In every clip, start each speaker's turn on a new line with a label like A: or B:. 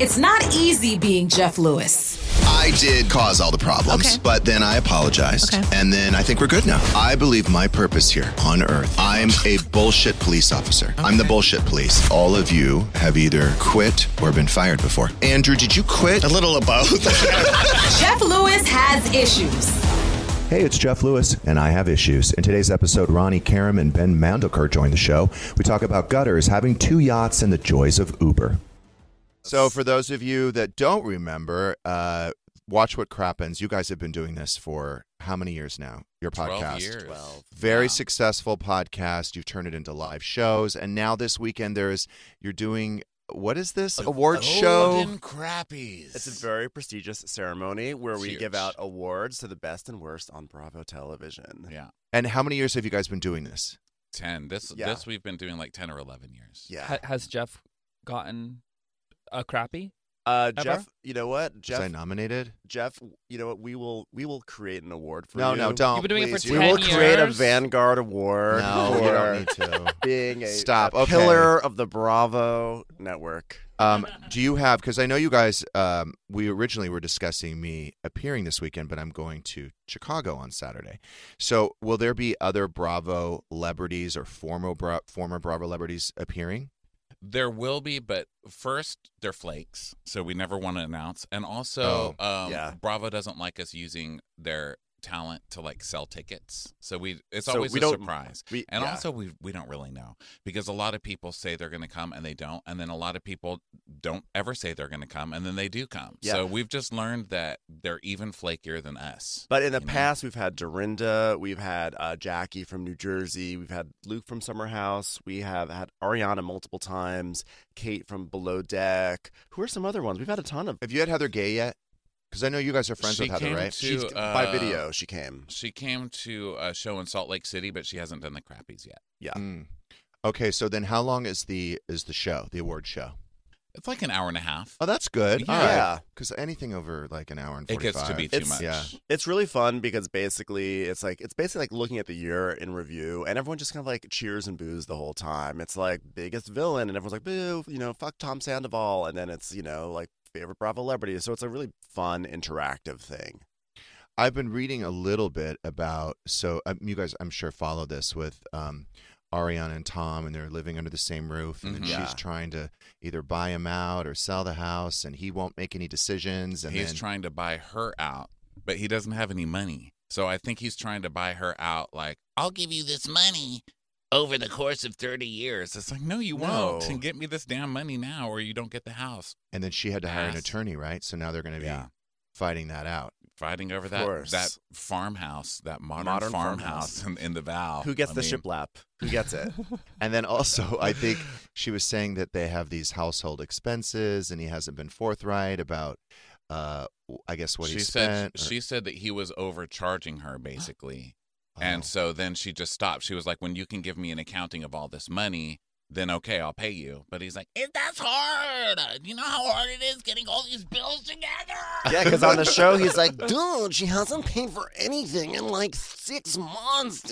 A: It's not easy being Jeff Lewis.
B: I did cause all the problems,
A: Okay.
B: but then I apologized. And then I think we're good now. I believe my purpose here on earth. I'm a bullshit police officer. I'm the bullshit police. All of you have either quit or been fired before. Andrew, did you quit? A little of both.
A: Jeff Lewis has issues.
C: Hey, it's Jeff Lewis, and I have issues. In today's episode, Ronnie Karam and Ben Mandelker join the show. We talk about gutters, having two yachts, and the joys of Uber.
B: So, for those of you that don't remember, uh, watch what crappens. You guys have been doing this for how many years now? Your podcast,
D: 12 years. 12.
B: very successful podcast. You've turned it into live shows, and now this weekend there's you're doing what is this award show?
D: Golden crappies.
E: It's a very prestigious ceremony where we
D: Huge.
E: give out awards to the best and worst on Bravo Television.
D: yeah.
B: And how many years have you guys been doing this?
D: Ten. This
E: Yeah.
D: this we've been doing like ten or eleven years.
E: Yeah.
F: Ha- has Jeff gotten a crappy?
E: Uh,
F: Ever?
E: Jeff, you know what?
B: Was I
E: Jeff,
B: nominated?
E: Jeff, you know what? We will we will create an award for
B: No,
E: you.
B: no, don't.
F: You've been doing it for
B: please.
E: We
F: 10
E: will
F: years.
E: create a Vanguard Award
B: No,
E: for
B: you don't need to.
E: being a,
B: Stop.
E: a
B: Okay.
E: pillar of the Bravo network.
B: Um, do you have? Because I know you guys. Um, we originally were discussing me appearing this weekend, but I'm going to Chicago on Saturday. So, will there be other Bravo celebrities or former Bra- former Bravo celebrities appearing?
D: There will be, but first they're flakes, so we never want to announce. And also, um,
E: Oh, yeah.
D: Bravo doesn't like us using their talent to like sell tickets, so we it's
E: So
D: always
E: we
D: a
E: don't-
D: surprise.
E: we-
D: and
E: yeah.
D: also, we we don't really know because a lot of people say they're going to come and they don't, and then a lot of people don't ever say they're going to come and then they do come.
E: Yeah.
D: So we've just learned that they're even flakier than us.
E: But in the
D: you know?
E: past, we've had Dorinda, we've had uh, Jackie from New Jersey, we've had Luke from Summer House, we have had Ariana multiple times, Kate from Below Deck. Who are some other ones? We've had a ton of
B: Have you had Heather Gay yet? Because I know you guys are friends
D: She
B: with Heather,
D: came
B: right?
D: to-
E: She's-
D: uh,
E: by video. She came.
D: She came to a show in Salt Lake City, but she hasn't done the crappies yet.
E: Yeah,
B: Mm. Okay, so then how long is the is the show, the award show?
D: It's like an hour and a half.
B: Oh, that's good.
E: Yeah.
B: Because anything over like an hour and
D: It
B: 45.
D: gets to be too
E: It's-
D: much.
B: Yeah.
E: it's really fun because basically it's like it's basically like looking at the year in review, and everyone just kind of like cheers and boos the whole time. It's like biggest villain, and everyone's like boo, you know, fuck Tom Sandoval, and then it's you know like favorite Bravo celebrity. So it's a really fun interactive thing.
B: I've been reading a little bit about so um, you guys I'm sure follow this with um Ariana and Tom and they're living under the same roof and
D: Mhm.
B: then she's
E: Yeah.
B: trying to either buy him out or sell the house and he won't make any decisions and
D: he's
B: then
D: trying to buy her out, but he doesn't have any money. So I think he's trying to buy her out. Like, I'll give you this money over the course of thirty years. It's like, no, you won't.
E: No.
D: And get me this damn money now, or you don't get the house.
B: and then she had to hire an
D: Ass.
B: attorney, right? So now they're going to be
D: Yeah.
B: fighting that out.
D: Fighting over
E: Of
D: that
E: course.
D: that farmhouse, that modern,
E: Modern
D: farmhouse,
E: farmhouse.
D: In, in the Val.
E: Who gets
D: Oh, I
E: the
D: mean,
E: shiplap? Who gets it?
B: And then also, I think she was saying that they have these household expenses, and he hasn't been forthright about, uh, I guess what
D: she
B: he
D: said
B: spent. or-
D: she said that he was overcharging her basically. And
B: Oh.
D: so then she just stopped. She was like, when you can give me an accounting of all this money, then okay, I'll pay you. But he's like, "It- that's hard. Uh, You know how hard it is getting all these bills together?
E: Yeah, because on the show he's like, dude, she hasn't paid for anything in like six months,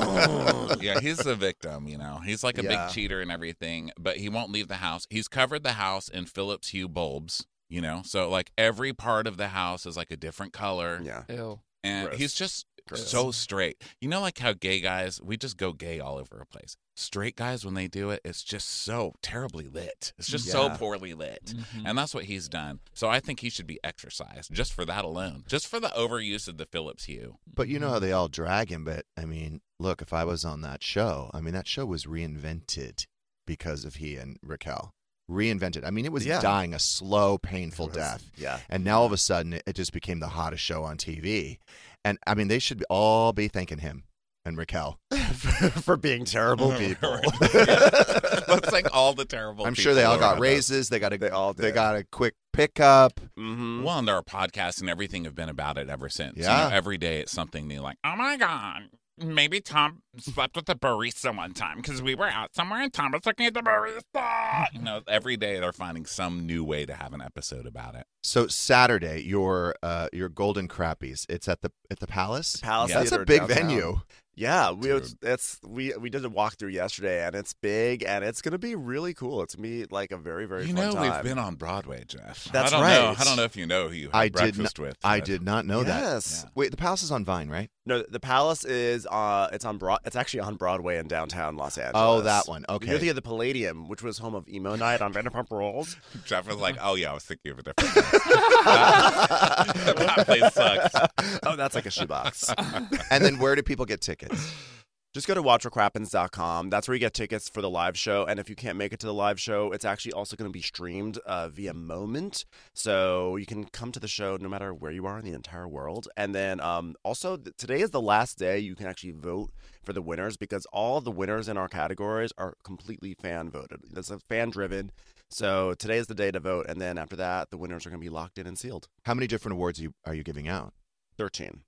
E: dude.
D: yeah, he's the victim, you know. He's like a
E: Yeah.
D: big cheater and everything, but he won't leave the house. He's covered the house in Phillips Hue bulbs, you know. So like every part of the house is like a different color.
E: yeah.
F: Ew.
D: And
E: Gross.
D: he's just
E: Gross.
D: so straight. You know, like how gay guys, we just go gay all over the place. Straight guys, when they do it, it's just so terribly lit. It's just so
E: Yeah.
D: poorly lit.
F: Mhm.
D: And that's what he's done. So I think he should be exercised just for that alone, just for the overuse of the Phillips hue.
B: But you know
E: Mm-hmm.
B: how they all drag him. But I mean, look, if I was on that show, I mean, that show was reinvented. because of he and Raquel. Reinvented. I mean, it was
E: Yeah.
B: dying a slow, painful
E: was.
B: death.
E: Yeah.
B: And now all of a sudden, it just became the hottest show on TV. And I mean, they should be- all be thanking him and Raquel. Mm-hmm.
E: for being terrible people.
D: Looks like all the terrible.
B: I'm sure they all
D: people
B: got
D: around us.
B: raises. They got a
E: They all
B: they
E: did.
B: got a quick pickup.
E: hmm
D: Well, and our podcasts and everything have been about it ever since. You
B: Mm-hmm. Yeah.
D: know, every day it's something new. Like, oh my god, maybe Tom slept with the barista one time because we were out somewhere and Tom was looking at the barista. you know, every day they're finding some new way to have an episode about it.
B: So Saturday, your uh, your Golden Crappies. It's at the at the Palace.
E: Palace
D: Yeah.
B: That's a
E: Theater
B: big
E: downtown.
B: venue.
E: Yeah, we it's,
D: Dude.
E: it's we we did a walkthrough yesterday, and it's big, and it's gonna be really cool. It's gonna be like a very very
D: you
E: fun
D: know,
E: time.
D: we've been on Broadway, Jeff.
E: That's
D: I don't Know,
E: right.
D: I don't know if you know who you had
B: I did
D: breakfast
B: not.
D: with.
B: I
D: but-
B: did not know that.
E: yes.
B: Wait, the Palace is on Vine, right?
E: No, the Palace is uh, it's on Broad. It's actually on Broadway in downtown Los Angeles.
B: Oh, that one. Okay.
E: You're thinking of the Palladium, which was home of emo night on Vanderpump Rules.
D: Jeff was like, "Oh yeah, I was thinking of a different." that place sucks.
E: oh, that's like a shoebox.
B: and then where do people get tickets?
E: Just go to watchwhatcrappens.com. That's where you get tickets for the live show. And if you can't make it to the live show, it's actually also going to be streamed uh, via Moment. So you can come to the show no matter where you are in the entire world. And then um, also, th- today is the last day you can actually vote for the winners because all the winners in our categories are completely fan voted. That's a fan driven. So today is the day to vote. And then after that, the winners are going to be locked in and sealed.
B: How many different awards you, are you giving out?
E: 13.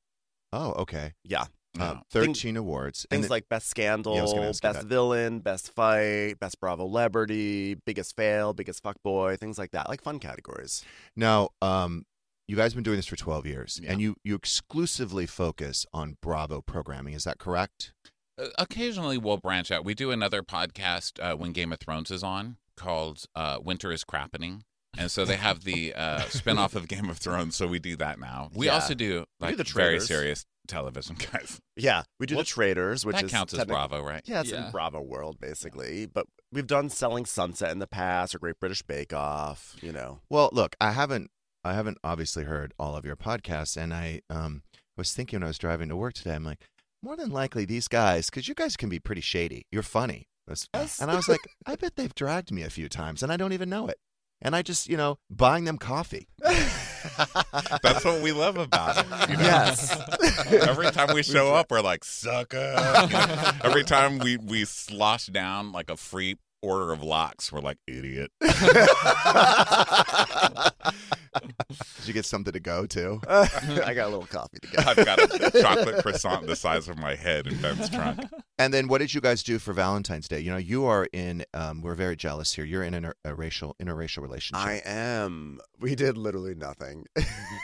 B: Oh, okay.
E: Yeah.
B: Uh,
D: No.
B: Thirteen awards.
E: Things
B: then-
E: like best scandal,
B: Yeah, I was gonna ask you
E: best
B: that.
E: villain, best fight, best Bravo celebrity, biggest fail, biggest fuckboy, things like that, like fun categories.
B: now, um, you guys have been doing this for twelve years,
D: Yeah.
B: and you you exclusively focus on Bravo programming. Is that correct?
D: Uh, occasionally we'll branch out. We do another podcast uh, when Game of Thrones is on called uh, Winter is Crappening. And so they have the uh, spinoff of Game of Thrones. So we do that now. We
E: Yeah.
D: also do
E: We do
D: like
E: the
D: very
E: Traitors.
D: serious television, guys.
E: Yeah, we do
D: Well,
E: the traders, which
D: that
E: is
D: counts as
E: technic-
D: Bravo, right?
E: Yeah, it's
F: Yeah.
E: in Bravo world basically. But we've done Selling Sunset in the past, or Great British Bake Off. You know,
B: Well, look, I haven't I haven't obviously heard all of your podcasts, and I um was thinking when I was driving to work today, I'm like, more than likely these guys, because you guys can be pretty shady. You're funny, That's-
E: Yes.
B: and I was like, I bet they've dragged me a few times, and I don't even know it. And I just, you know, buying them coffee.
D: That's what we love about it. you know?
E: Yes.
D: Every time we show up, we're like, sucker. You know? Every time we, we slosh down like a free order of locks, we're like, idiot.
B: Did you get something to go to?
E: I got a little coffee to go.
D: I've got a chocolate croissant the size of my head in Ben's trunk.
B: And then what did you guys do for Valentine's Day? You know, you are in. Um, we're very jealous here. You're in an, a racial interracial relationship.
E: I am. We did literally nothing.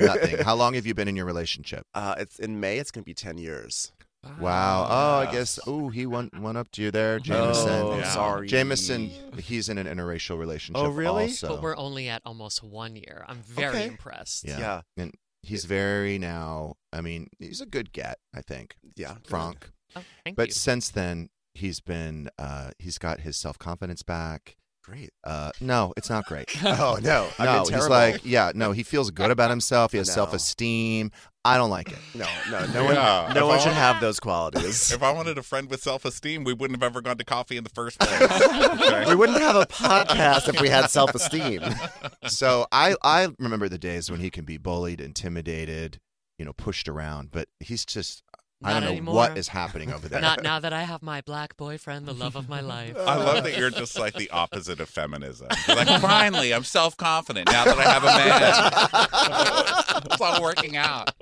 B: Nothing. How long have you been in your relationship?
E: Uh, it's in May. It's gonna be ten years.
B: Wow. Oh, I
D: Wow.
B: guess. Oh, he went went up to you there, Jameson.
E: Ah. Oh,
D: Yeah.
E: sorry,
B: Jameson, he's in an interracial relationship.
E: Oh, really?
B: Also.
G: But we're only at almost one year. I'm very
E: Okay.
G: impressed.
B: yeah.
E: yeah.
B: And he's very now. I mean, he's a good get, I think,
E: Yeah,
B: Frank.
G: Oh, thank
B: But
G: you.
B: since then, he's been. Uh, he's got his self confidence back.
E: Great.
B: Uh, no, it's not great.
E: Oh no, I've
B: no,
E: been
B: he's
E: terrible.
B: like, yeah, no, he feels good about himself. He has
E: No.
B: self esteem. I don't like it.
E: No, no, no one,
D: Yeah.
E: no
D: If
E: one
D: I-
E: should have those qualities.
D: If I wanted a friend with self esteem, we wouldn't have ever gone to coffee in the first place. Okay.
E: we wouldn't have a podcast if we had self-esteem.
B: so I I remember the days when he can be bullied, intimidated, you know, pushed around, but he's just
G: Not
B: I don't know
G: anymore.
B: what is happening over there.
G: Not now that I have my black boyfriend, the love of my life.
D: I love that you're just like the opposite of feminism. You're like, finally, I'm self confident now that I have a man. it's all working out.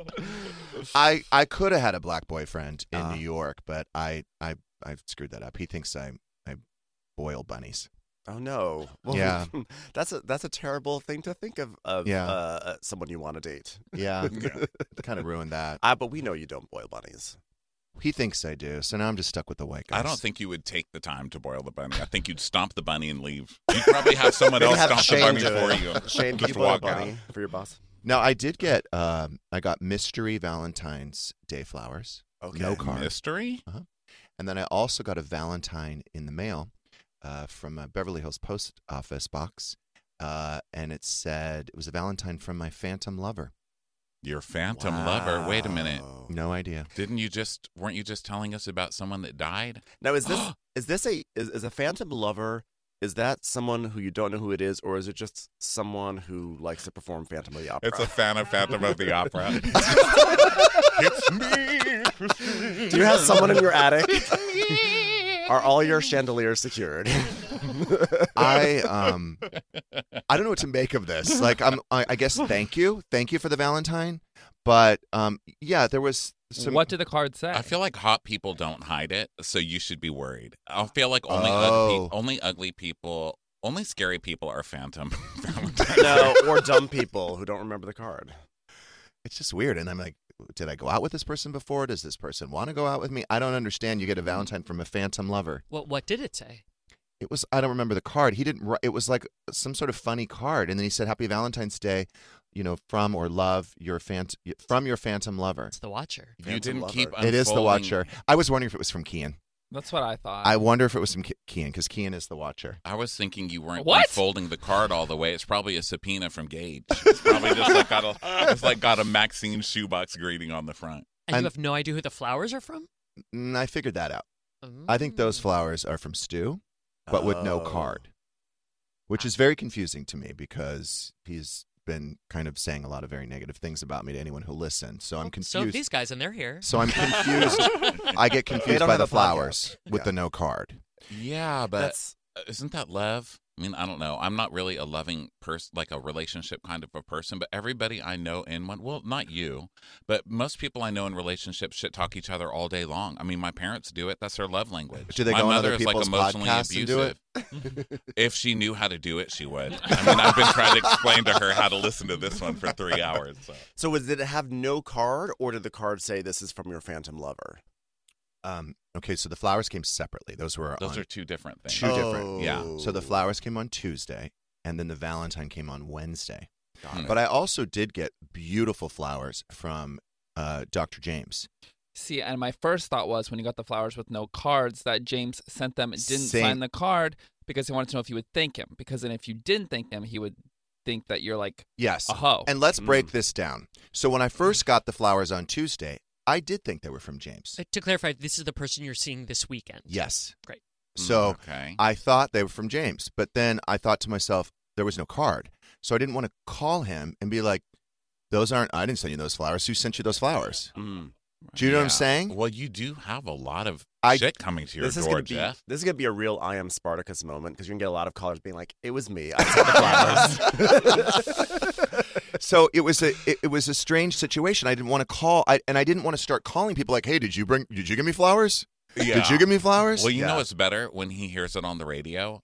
B: I I could have had a black boyfriend in New York, but I I I screwed that up. He thinks I I boil bunnies.
E: Oh no.
B: Yeah.
E: that's a that's a terrible thing to think of of
B: Yeah.
E: uh, someone you want to date.
B: Yeah, kind of ruined that.
E: Ah, but we know you don't boil bunnies.
B: He thinks I do, so now I'm just stuck with the white guys.
D: I don't think you would take the time to boil the bunny. I think you'd stomp the bunny and leave. You'd probably have someone
E: Maybe
D: else
E: have
D: stomp the
E: Shane
D: bunny
E: do
D: for
E: it.
D: you.
E: Shane, can
D: Just
E: you boil a
D: walk out.
E: bunny for your boss?
B: Now I did get um I got mystery Valentine's Day flowers.
E: Okay.
B: No card.
D: Mystery?
B: And then I also got a Valentine in the mail uh, from a Beverly Hills post office box. Uh, and it said, it was a Valentine from my phantom lover.
D: Your phantom lover. Wait a minute.
E: Wow.
B: No idea.
D: Didn't you just, weren't you just telling us about someone that died?
E: Now is this is this a is, is a phantom lover Is that someone who you don't know who it is, or is it just someone who likes to perform Phantom of the Opera?
D: It's a fan of Phantom of the Opera.
E: it's
D: me.
E: Do you have someone in your attic? Are all your chandeliers secured?
B: I um I don't know what to make of this. Like I'm I, I guess thank you. Thank you for the Valentine. But um yeah, there was some
F: what do the cards say?
D: I feel like hot people don't hide it, so you should be worried. I feel like only ugly,
B: Oh.
D: only ugly people, only scary people are phantom.
E: no, or dumb people who don't remember the card.
B: it's just weird and I'm like did I go out with this person before? Does this person want to go out with me? I don't understand. You get a Valentine from a phantom lover.
G: What what did it say?
B: It was I don't remember the card. He didn't. wri- It was like some sort of funny card, and then he said, "Happy Valentine's Day," you know, from or love your fan from your phantom lover.
G: It's the Watcher.
D: you
E: Phantom
D: didn't
E: lover.
D: keep.
B: It is the
D: unfolding-
B: Watcher. I was wondering if it was from Kian.
F: That's what I thought.
B: I wonder if it was from Ki- Kian because Kian is the Watcher.
D: I was thinking you weren't
F: What?
D: unfolding the card all the way. It's probably a subpoena from Gage. It's probably just like got a, it's like got a Maxine shoebox greeting on the front.
G: And
B: I'm-
G: you have no idea who the flowers are from?
B: Mm, I figured that out. I think those
G: Mm.
B: flowers are from Stu, but with no
E: Oh.
B: card, which is very confusing to me because he's been kind of saying a lot of very negative things about me to anyone who listened. So I'm
F: Oh,
G: Well, So have
B: confused.
G: these guys and they're here.
B: So I'm confused. I get confused
E: don't
B: by
E: have
B: the
E: a podcast.
B: flowers with
E: Yeah.
B: the no card.
D: Yeah, but
E: That's
D: uh, isn't that love? I mean, I don't know. I'm not really a loving person, like a relationship kind of a person, but everybody I know in one, well, not you, but most people I know in relationships shit talk each other all day long. I mean, my parents do it. That's their love language.
B: Do they
D: my
B: go on
D: mother
B: other
D: is like
B: people's
D: emotionally
B: podcasts and do
D: abusive.
B: it?
D: if she knew how to do it, she would. I mean, I've been trying to explain to her how to listen to this one for three hours. So.
E: so. Was did it have no card, or did the card say this is from your phantom lover?
B: Um, okay, so the flowers came separately. Those were
D: Those
B: on
D: are two different things.
B: two different.
D: Yeah.
B: So the flowers came on Tuesday, and then the Valentine came on Wednesday.
D: Got it.
B: But I also did get beautiful flowers from uh, Dr. James.
F: See, and my first thought was when you got the flowers with no cards that James sent them didn't
B: Same.
F: sign the card because he wanted to know if you would thank him. Because then if you didn't thank him, he would think that you're like
B: Yes.
F: a hoe.
B: And let's break this down. So when I first got the flowers on Tuesday, I did think they were from James.
G: Uh, to clarify, this is the person you're seeing this weekend.
B: Yes.
G: Great.
B: So
D: okay.
B: I thought they were from James, but then I thought to myself, there was no card. So I didn't want to call him and be like, those aren't, I didn't send you those flowers. Who sent you those flowers?
E: Mm.
B: Do you know what I'm saying?
D: Well, you do have a lot of
B: I-
D: shit coming to your
E: This is
D: door,
E: gonna be
D: Jeff.
E: this is gonna be a real I am Spartacus moment because you're gonna get a lot of callers being like, "It was me. I sent the flowers."
B: so it was a it, it was a strange situation. I didn't want to call, I, and I didn't want to start calling people like, "Hey, did you bring? Did you give me flowers? Did
D: Yeah.
B: you give me flowers?"
D: Well, you know
E: Yeah.
D: it's better when he hears it on the radio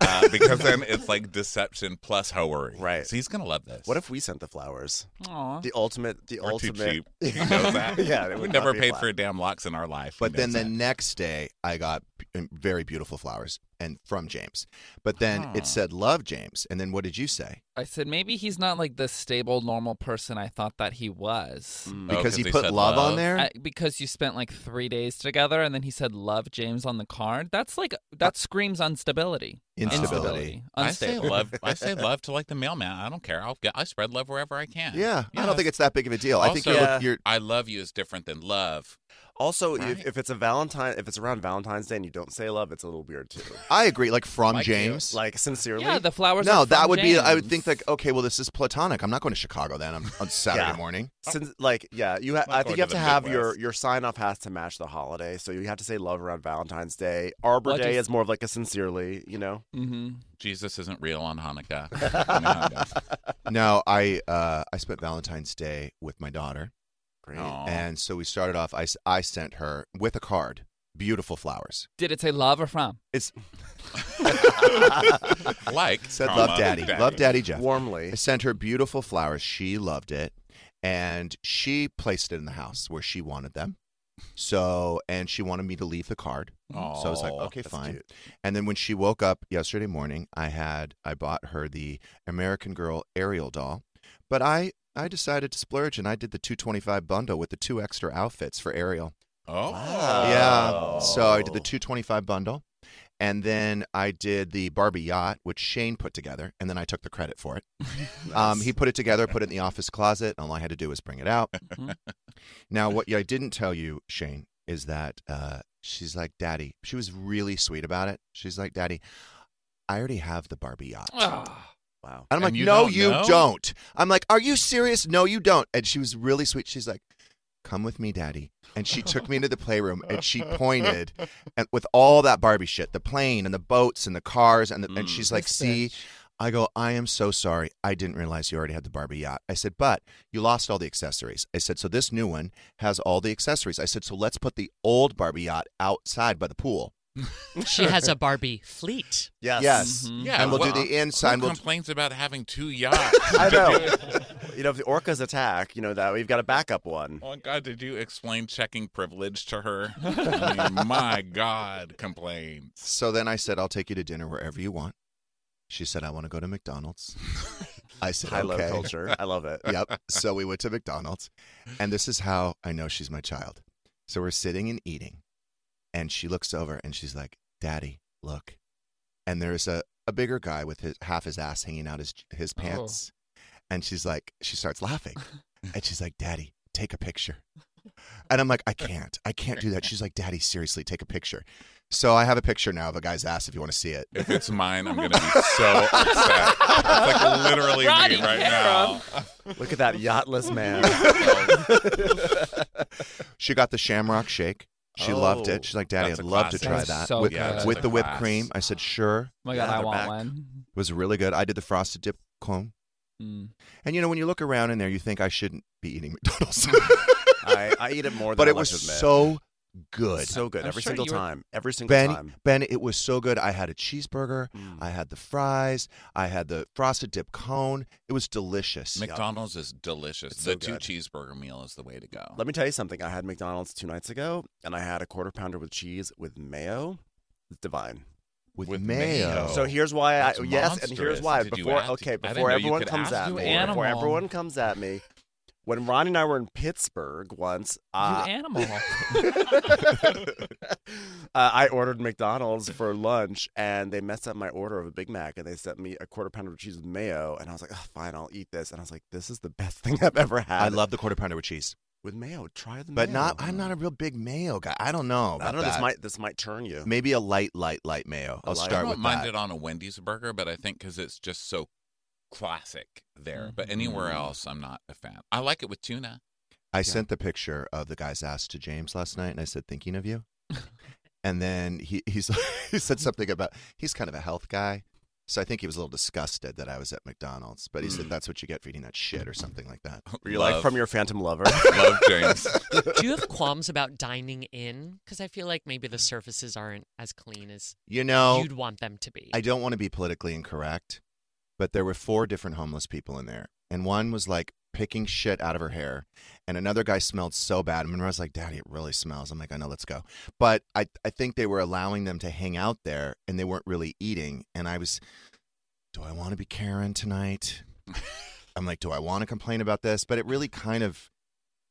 D: uh, because then it's like deception plus hoery.
E: Right.
D: So he's going to love this.
E: what if we sent the flowers?
F: Aw.
E: The ultimate. The
D: We're too
E: ultimate.
D: cheap. He knows that.
E: yeah, it
D: we
E: would
D: never
E: not be
D: paid
E: flat.
D: for a damn locks in our life. He
B: But then
D: knows
B: the
D: that.
B: next day, I got b- very beautiful flowers and from James. But then
D: Huh.
B: it said, "Love James," and then what did you say?
F: I said maybe he's not like the stable, normal person I thought that he was.
E: Mm.
D: Oh,
B: Because he
D: they
B: put
D: said
B: love,
D: love?
B: on there.
F: I- because you spent like three days together, and then he said "love James" on the card. That's like that screams instability.
B: Instability.
D: I say
F: Unstable.
D: love. I say love to like the mailman. I don't care. I'll get. I spread love wherever I can.
B: yeah, I
D: Yeah.
B: don't think it's that big of a deal. I think
D: Also- uh,
B: you're,
E: Yeah.
B: you're
D: I love you is different than love.
E: Also,
D: Right.
E: if, if it's a Valentine, if it's around Valentine's Day and you don't say love, it's a little weird too.
B: I agree. Like from
D: Like you.
B: James.
E: Like sincerely,
F: Yeah, the flowers.
B: no,
F: are
B: that
F: from
B: would be. I would think
F: James.
B: like, okay, well, this is platonic. I'm not going to Chicago then on, on Saturday
E: Yeah.
B: morning.
E: since like yeah, you. Ha-
D: Not
E: I
D: going
E: think you have
D: to
E: to
D: the
E: have your
D: Midwest.
E: your sign off has to match the holiday, so you have to say love around Valentine's Day. Arbor
F: What
E: Day
F: is-
E: is more of like a sincerely, you know.
F: Mhm.
D: Jesus isn't real on Hanukkah. I mean, Hanukkah.
B: No, I uh, I spent Valentine's Day with my daughter,
E: Great.
D: Aw.
B: and so we started off. I, s- I sent her with a card, beautiful flowers.
F: Did it say love or from? Oh
B: It's
D: like
B: said,
D: comma,
B: love, daddy. love, daddy, Jeff.
E: Warmly.
B: I sent her beautiful flowers. She loved it, and she placed it in the house where she wanted them. So, and she wanted me to leave the card. so I was like,
D: Aw,
B: okay,
E: that's
B: fine.
E: cute.
B: And then when she woke up yesterday morning, I had I bought her the American Girl Ariel doll, but I I decided to splurge and I did the 225 bundle with the two extra outfits for Ariel.
D: Oh,
B: Yeah. So I did the 225 bundle. And then I did the Barbie yacht, which Shane put together, and then I took the credit for it. um, he put it together, put it in the office closet, and all I had to do was bring it out.
D: Mm-hmm.
F: Mhm.
B: now, what I didn't tell you, Shane, is that uh, she's like, Daddy. She was really sweet about it. She's like, Daddy, I already have the Barbie yacht.
F: Ah.
E: Wow.
B: And I'm
D: And
B: like,
D: you
B: no,
D: don't
B: you
D: know?"
B: don't. I'm like, are you serious? No, you don't. And she was really sweet. She's like, come with me, daddy. And she took me into the playroom and she pointed and with all that Barbie shit, the plane and the boats and the cars. And, the,
D: Mm.
B: and she's like,
F: This
B: see,
F: bitch.
B: I go, I am so sorry. I didn't realize you already had the Barbie yacht. I said, but you lost all the accessories. I said, so this new one has all the accessories. I said, so let's put the old Barbie yacht outside by the pool.
G: She has a Barbie fleet.
E: Yes.
B: Yes.
F: Mhm.
D: Yeah,
B: and we'll
D: well, uh,
B: do the inside.
D: Who
B: We'll,
D: complains about having two yachts?
E: Mm-hmm. I
D: Did
E: know.
D: you-
E: you know, if the orcas attack, you know that we've got a backup one.
D: Oh God! Did you explain checking privilege to her? I mean, my God, complaints.
B: So then I said, I'll take you to dinner wherever you want. She said, I want to go to McDonald's. I said,
E: I
B: okay.
E: love culture. I love it.
B: Yep. So we went to McDonald's. And this is how I know she's my child. So we're sitting and eating. And she looks over and she's like, Daddy, look. And there's a, a bigger guy with his half his ass hanging out his, his
F: Oh.
B: pants. And she's like, she starts laughing. And she's like, Daddy, take a picture. And I'm like, I can't. I can't do that. She's like, Daddy, seriously, take a picture. So I have a picture now of a guy's ass if you want to see it.
D: If it's mine, I'm gonna be so upset. It's like literally
F: Roddy,
D: me right
F: get
D: now.
E: Look at that yachtless man.
B: She got the shamrock shake. She loved
E: Oh,
B: it. She's like, Daddy,
D: that's
B: I'd
D: a
B: love to
D: classic.
B: try
F: That's
B: that
F: so
B: with,
F: good. Yeah, that's
B: with
D: a
B: the whipped
D: class.
B: cream. I said, sure.
F: Oh my god,
E: Yeah,
F: I
E: they're
F: want
E: back.
F: one.
B: It was really good. I did the frosted dip cone.
F: Mm.
B: And you know, when you look around in there, you think I shouldn't be eating McDonald's.
E: I, I eat it more than
B: but
E: I
B: it was
E: like to admit.
B: so good.
E: so good
F: I'm
E: every
F: sure
E: single
F: you were-
E: time. Every single
B: Ben,
E: time.
B: Ben, it was so good. I had a cheeseburger. I had the fries. I had the frosted dip cone. It was delicious.
D: McDonald's is delicious.
E: It's
D: the
E: so
D: two
E: good.
D: cheeseburger meal is the way to go.
E: Let me tell you something. I had McDonald's two nights ago, and I had a quarter pounder with cheese with mayo. It's divine.
B: with,
D: With
B: mayo.
D: mayo.
E: So here's why I
D: Oh, That's
E: yes, and
D: monstrous.
E: here's why
D: Did you
E: before
D: ask- did- I
E: okay
D: didn't
E: before
D: know you
E: everyone
D: could
E: comes
D: ask
E: at
F: you
E: me
F: animal.
E: before everyone comes at me. When Ron and I were in Pittsburgh once, uh,
F: you animal.
E: uh, I ordered McDonald's for lunch and they messed up my order of a Big Mac and they sent me a quarter pounder with cheese with mayo and I was like, oh, fine, I'll eat this and I was like, this is the best thing I've ever had.
B: I love the quarter pounder with cheese,
E: with mayo. Try the
B: but
E: mayo.
B: not. I'm not a real big mayo guy. I don't know.
E: I don't
B: about
E: know. This
B: that.
E: might this might turn you.
B: Maybe a light, light, light mayo.
E: A
B: I'll
E: light-
D: I
B: start
D: don't
B: with
D: mind
B: that.
D: it on a Wendy's burger, but I think because it's just so classic there. But anywhere
E: Mm-hmm.
D: else, I'm not a fan. I like it with tuna.
B: I sent the picture of the guy's ass to James last night, and I said, "Thinking of you." and then he he's he said something about he's kind of a health guy, so I think he was a little disgusted that I was at McDonald's. But he said that's what you get for eating that shit or something like that.
D: Oh,
E: Were you like
D: Love-
E: from your phantom lover?
D: love James.
G: Do you have qualms about dining in? Because I feel like maybe the surfaces aren't as clean as
B: You know,
G: you'd want them to be.
B: Oh. I don't want to be politically incorrect, but there were four different homeless people in there, and one was like picking shit out of her hair, and another guy smelled so bad. And Monroe's like, "Daddy, it really smells." I'm like, "I know, let's go." But I, I think they were allowing them to hang out there, and they weren't really eating. And I was, do I want to be Karen tonight? I'm like, do I want to complain about this? But it really kind of,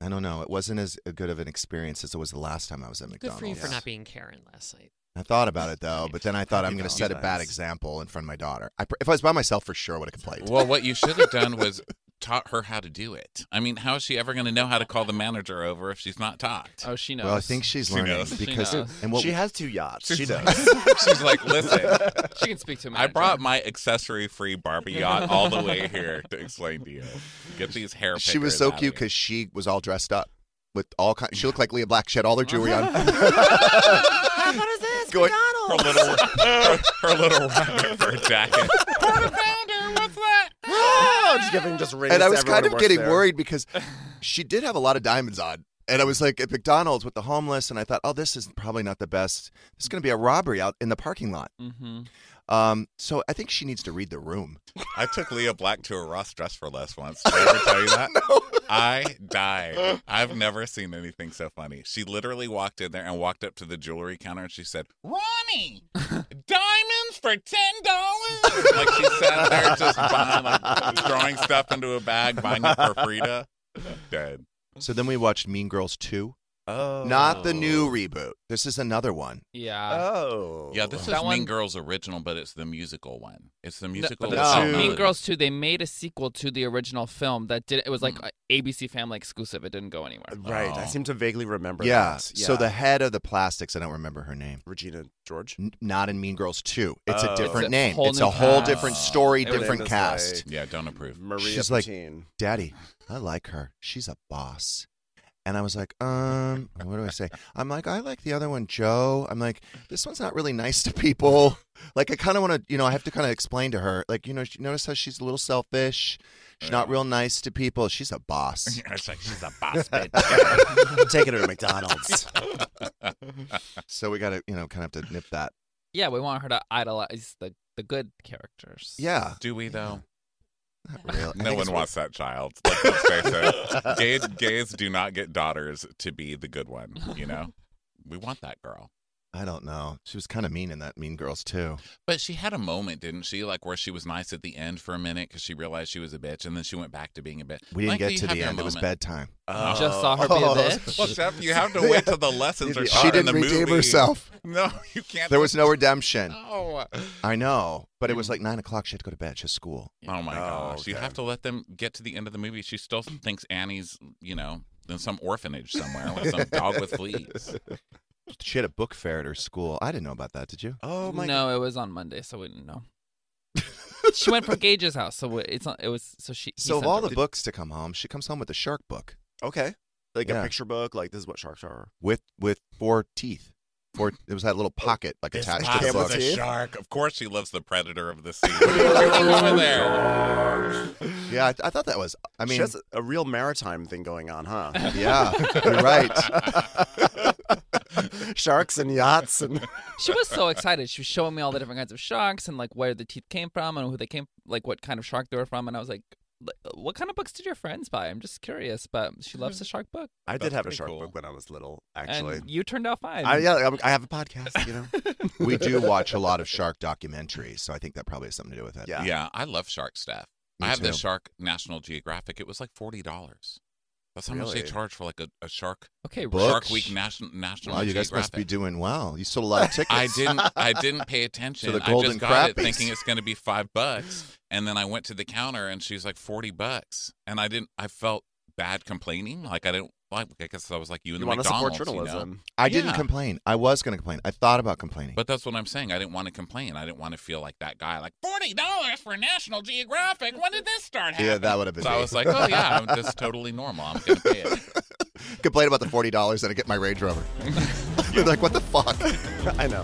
B: I don't know. It wasn't as good of an experience as it was the last time I was at
G: Good
B: McDonald's.
G: for you for not being Karen last night.
B: I thought about it though, but then I thought I'm
E: You
B: going
E: know,
B: to set a bad
E: sometimes.
B: example in front of my daughter. I, pr- if I was by myself, for sure would have complained.
D: Well, what you should have done was taught her how to do it. I mean, how is she ever going to know how to call the manager over if she's not taught?
F: Oh, she knows.
B: Well, I think she's
D: She
B: learning
D: knows.
F: She
B: because
F: knows.
B: and what
E: she has two yachts. She does.
D: she's like, listen,
F: she can speak to me.
D: I brought my accessory-free Barbie yacht all the way here to explain to you. Get these hair.
B: she was
D: pickers
B: so
D: outta
B: cute
D: here.
B: because she was all dressed up with all kind. She looked like Leah Black. She had all her jewelry on.
A: What is this?
B: Going-
D: her little her, her little rabbit fur jacket.
E: oh, just giving just rings
B: and I
E: to
B: was
E: everyone
B: kind
E: who
B: of
E: works
B: getting
E: there.
B: worried because she did have a lot of diamonds on. And I was like at McDonald's with the homeless, and I thought, oh, this is probably not the best. This is going to be a robbery out in the parking lot.
F: Mm-hmm.
B: Um, so I think she needs to read the room.
D: I took Leah Black to a Ross Dress for Less once. Did I ever tell you that? I died. I've never seen anything so funny. She literally walked in there and walked up to the jewelry counter and she said, Ronnie, diamonds for $10? like she sat there just buying, like, throwing stuff into a bag, buying it for Frida. Dead.
B: So then we watched Mean Girls 2.
E: Oh.
B: Not the new reboot. This is another one.
F: Yeah.
E: Oh.
D: Yeah, this is
F: That
D: Mean
F: one-
D: Girls original, but it's the musical one. Oh, It's the
F: No,
D: musical.
F: but
D: with some
F: no. Mean
D: melody.
F: Girls 2, they made a sequel to the original film that did it was like a ABC Family exclusive. It didn't go anywhere.
E: Right. I
D: Oh.
E: seem to vaguely remember
B: Yeah.
E: that.
B: So the head of the plastics, I don't remember her name.
E: Regina George.
B: N- not in Mean Girls 2. It's
E: Oh.
B: a
E: It's
B: different
F: a
B: name.
F: whole
B: it's
F: new
B: a whole
F: cast.
B: different story,
F: Everything
B: different
E: is
B: cast.
D: Yeah, don't approve.
E: Maria
B: She's like-
E: Patine.
B: Daddy, I like her. She's a boss. And I was like, um, what do I say? I'm like, I like the other one, Joe. I'm like, this one's not really nice to people. Like, I kind of want to, you know, I have to kind of explain to her, like, you know, she, notice how she's a little selfish. She's not real nice to people. She's a boss.
D: it's like she's a boss bitch.
E: Taking her to McDonald's.
B: so we got to, you know, kind of have to nip that.
F: Yeah, we want her to idolize the, the good characters.
B: Yeah.
D: Do we though?
B: Not really. I
D: No
B: think
D: one
B: it's-
D: wants that child. Like, let's face it. Gay, gays do not get daughters to be the good one. You know, we want that girl.
B: I don't know. She was kind of mean in that Mean Girls, too.
D: But she had a moment, didn't she? Like where she was nice at the end for a minute because she realized she was a bitch, and then she went back to being a bitch.
B: We didn't
D: Like,
B: get
D: you
B: to
D: have
B: the
D: your
B: end. It was
D: moment.
B: bedtime.
D: Oh.
F: Just saw her be
B: Oh,
F: a
B: that
F: bitch.
D: Well, Steph, you have to wait till the lessons are taught
B: she
D: in the
B: didn't
D: movie.
B: redeem herself.
D: No, you can't. Oh,
B: There was no redemption.
D: No.
B: I know, but it was like nine o'clock. She had to go to bed. She has school.
D: Oh my
E: Oh,
D: gosh! You
E: okay.
D: have to let them get to the end of the movie. She still thinks Annie's, you know, in some orphanage somewhere, like some dog with fleas.
B: She had a book fair at her school. I didn't know about that. Did you?
E: Oh my
F: no, it was on Monday, so we didn't know. she went from Gage's house, so we- it's not. It was so she. he
B: So of
F: sent
B: all
F: her-
B: the books to come home, she comes home with a shark book
E: Okay. Like
B: Yeah.
E: a picture book, like this is what sharks are.
B: with with four teeth. Four. It was that little pocket like attached to the
E: came
D: was
B: book.
E: with
D: a
E: teeth?
D: shark. Of course, she loves the predator of the sea. What are you doing over there?
B: Yeah, I, I thought that was. I
E: I mean,
B: mean,
E: she has a real maritime thing going on, huh?
B: yeah, you're right.
E: Sharks and yachts and
F: she was so excited. She was showing me all the different kinds of sharks and like where the teeth came from and who they came, like what kind of shark they were from. And I was like, "L- "What kind of books did your friends buy?" I'm just curious, but she loves the shark book.
E: I did
D: That's
E: have a
D: pretty
E: shark
D: cool.
E: book when I was little, actually.
F: and you turned out fine.
E: I, yeah, I'm- I have a podcast, you know.
B: We do watch a lot of shark documentaries, so I think that probably has something to do with it.
E: Yeah.
D: Yeah, I love shark stuff.
B: Me
D: I have the
B: too.
D: shark National Geographic. It was like forty dollars. That's how much they
E: Really?
D: charge for like a, a shark
F: okay,
B: Book?
F: Rob.
D: Shark
B: Books?
D: Week National National.
B: Wow, you guys must be
D: Geographic.
B: doing well. You sold a lot of tickets.
D: I didn't. I didn't pay attention.
B: the
D: I
B: golden
D: just got
B: crappies.
D: it thinking it's going to be five bucks, and then I went to the counter and she's like forty bucks, and I didn't. I felt bad complaining. Like I didn't like. I guess I was like you and
E: You
D: the
E: want to support
D: McDonald's. you know?
E: journalism.
B: I didn't
D: Yeah.
B: complain. I was going to complain. I thought about complaining.
D: But that's what I'm saying. I didn't want to complain. I didn't want to feel like that guy. Like forty dollars for National Geographic. When did this start happening?
B: yeah, that would have been.
D: So I
B: me.
D: was like, oh yeah, I'm just totally normal. I'm gonna pay it.
B: complain about the forty dollars that I get my Range Rover. They're like, what the fuck?
E: I know.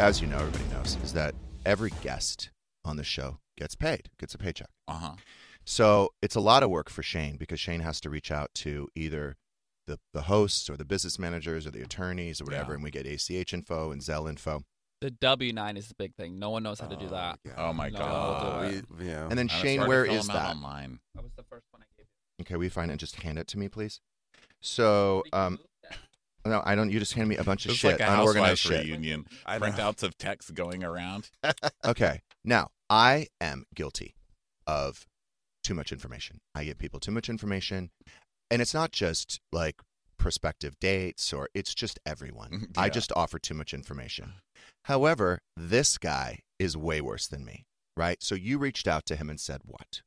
B: as you know, everybody knows, is that every guest on the show gets paid, gets a paycheck.
D: Uh huh.
B: So it's a lot of work for Shane because Shane has to reach out to either the, the hosts or the business managers or the attorneys or whatever,
F: Yeah.
B: and we get ACH info and Zelle info.
F: The W nine is the big thing. No one knows how to do that.
D: Oh my
F: No one will
D: god.
F: do it.
B: And then
D: Oh, I was
B: Shane,
D: working
B: where
D: film
B: is
D: out
B: that?
D: Online.
B: Okay, we find it. Just hand it to me, please. So, um, no, I don't. You just hand me a bunch of
D: It's
B: shit,
D: like a
B: unorganized shit.
D: housewives reunion.
B: I know.
D: Printouts of texts going around.
B: okay. Now, I am guilty of too much information. I give people too much information. And it's not just like prospective dates or it's just everyone. I
H: Yeah.
B: just offer too much information. However, this guy is way worse than me, right? So you reached out to him and said what?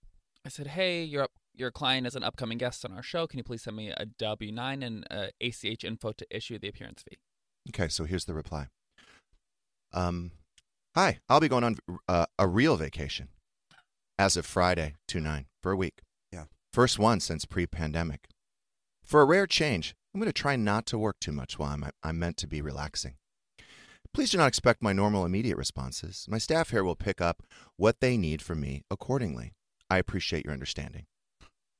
F: I said, "Hey, your up, your client is an upcoming guest on our show. Can you please send me a W nine and uh, ACH info to issue the appearance fee?"
B: Okay, so here's the reply. Um, hi, I'll be going on uh, a real vacation as of Friday, 2 9, for a week.
E: Yeah.
B: First one since pre pandemic. For a rare change, I'm going to try not to work too much while I'm, I'm meant to be relaxing. Please do not expect my normal immediate responses. My staff here will pick up what they need from me accordingly. I appreciate your understanding.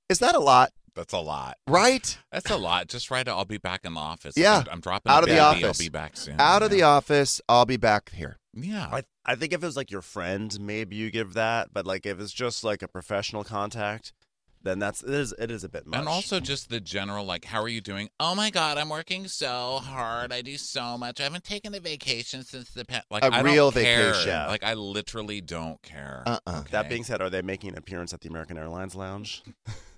B: Is that a lot?
D: That's a lot.
B: Right?
D: That's a lot. Just write it. I'll be back in the office.
B: Yeah.
D: I'm, I'm dropping
B: out
D: a
B: of the
D: baby.
B: office.
D: I'll be back soon.
B: Out of the office. I'll be back here.
D: Yeah.
E: I, I think if it was like your friend, maybe you give that. But like if it's just like a professional contact, then that's it is it is a bit much.
D: And also just the general, like, how are you doing? Oh my God, I'm working so hard. I do so much. I haven't taken a vacation since the pan- like
B: A
D: I
B: real
D: don't care.
B: vacation. Uh-uh.
D: Like I literally don't care.
E: That being said, are they making an appearance at the American Airlines lounge?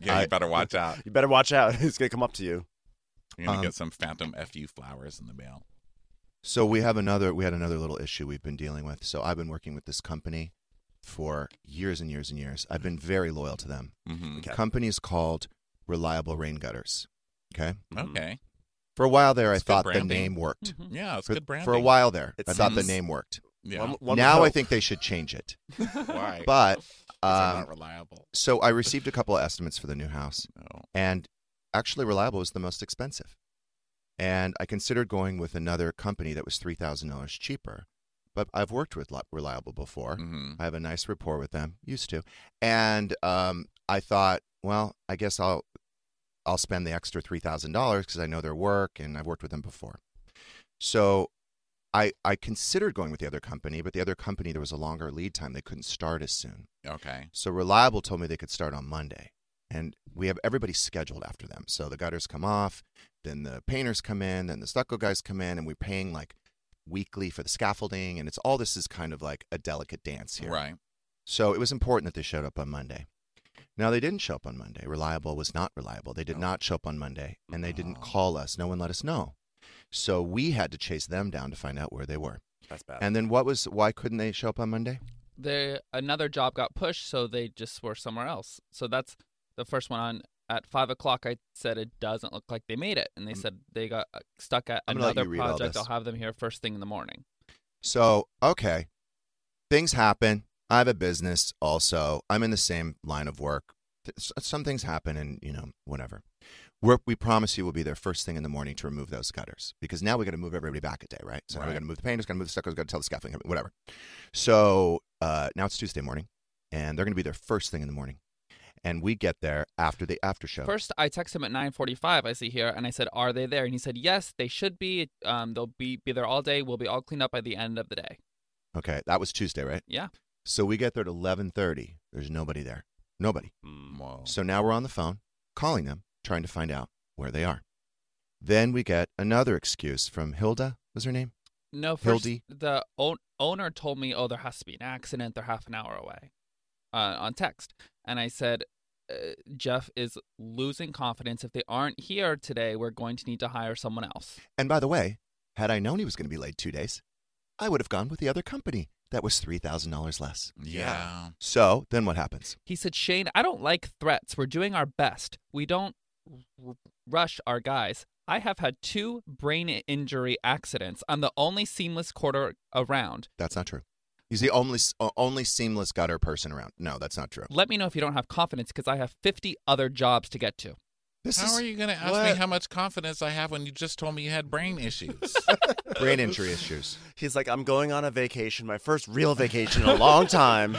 D: Yeah, you better watch out.
E: You better watch out. He's gonna come up to you.
D: You're gonna
B: Um,
D: get some phantom fu flowers in the mail.
B: So we have another we had another little issue we've been dealing with. So I've been working with this company for years and years and years. I've been very loyal to them.
D: Mhm. Okay.
B: The company's called Reliable Rain Gutters. Okay.
D: Okay.
B: For a while there,
D: It's
B: I
D: good
B: thought the
D: branding.
B: name worked.
D: Mhm. Yeah, it's
B: for,
D: good
B: For a
D: branding.
B: while there,
D: It
B: I thought the
D: seems-
B: name worked.
D: Yeah. One- one would
B: now I
D: hope.
B: think they should change it.
D: Why?
B: But
D: 'Cause they're
B: um,
D: not reliable.
B: So I received a couple of estimates for the new house, and actually, Reliable was the most expensive. And I considered going with another company that was three thousand dollars cheaper. But I've worked with Li- Reliable before.
D: Mm-hmm.
B: I have a nice rapport with them, used to, and um, I thought, well, I guess I'll I'll spend the extra three thousand dollars because I know their work and I've worked with them before. So I I considered going with the other company, but the other company there was a longer lead time. They couldn't start as soon.
D: Okay.
B: So Reliable told me they could start on Monday. And we have everybody scheduled after them. So the gutters come off, then the painters come in, then the stucco guys come in, and we're paying like weekly for the scaffolding. And it's all this is kind of like a delicate dance here.
D: Right.
B: So it was important that they showed up on Monday. Now they didn't show up on Monday. Reliable was not reliable. They did not show up on Monday, and they didn't call us. No one let us know. So we had to chase them down to find out where they were.
E: That's bad.
B: And then what was why couldn't they show up on Monday?
F: They another job got pushed, so they just were somewhere else. So that's the first one on at five o'clock. I said it doesn't look like they made it, and they said they got uh, stuck at
B: I'm gonna let
F: another
B: you read all
F: project. I'll
B: this.
F: have them here first thing in the morning.
B: So, okay, things happen. I have a business also. I'm in the same line of work. Th- s- Some things happen and, you know, whatever. We're, we promise you we'll be there first thing in the morning to remove those gutters because now we got to move everybody back a day, right? So now we
H: Right.
B: got to move the painters, got to move the stucco, got to tell the scaffolding, company, whatever. So uh, now it's Tuesday morning and they're going to be there first thing in the morning. And we get there after the after show.
F: First, I text him at 9:45. I see here, and I said, "Are they there?" And he said, "Yes, they should be. Um, they'll be be there all day. We'll be all cleaned up by the end of the day."
B: Okay, that was Tuesday, right?
F: Yeah.
B: So we get there at eleven thirty. There's nobody there. Nobody. Mm. So now we're on the phone, calling them, trying to find out where they are. Then we get another excuse from Hilda. Was her name?
F: No, first,
B: Hildy?
F: the own, owner told me, "Oh, there has to be an accident. They're half an hour away," uh, on text, and I said, uh, Jeff is losing confidence. If they aren't here today, we're going to need to hire someone else.
B: And by the way, had I known he was going to be late two days, I would have gone with the other company. That was three thousand dollars less.
D: Yeah.
B: So then what happens?
F: He said, Shane, I don't like threats. We're doing our best. We don't r- rush our guys. I have had two brain injury accidents. I'm the only seamless quarter around.
B: That's not true. He's the only o- only seamless gutter person around. No, that's not true.
F: Let me know if you don't have confidence because I have 50 other jobs to get to.
D: how are you going to ask me
F: What?
D: how much confidence I have when you just told me you had brain issues?
B: Brain injury issues.
E: He's like, I'm going on a vacation, my first real vacation in a long time.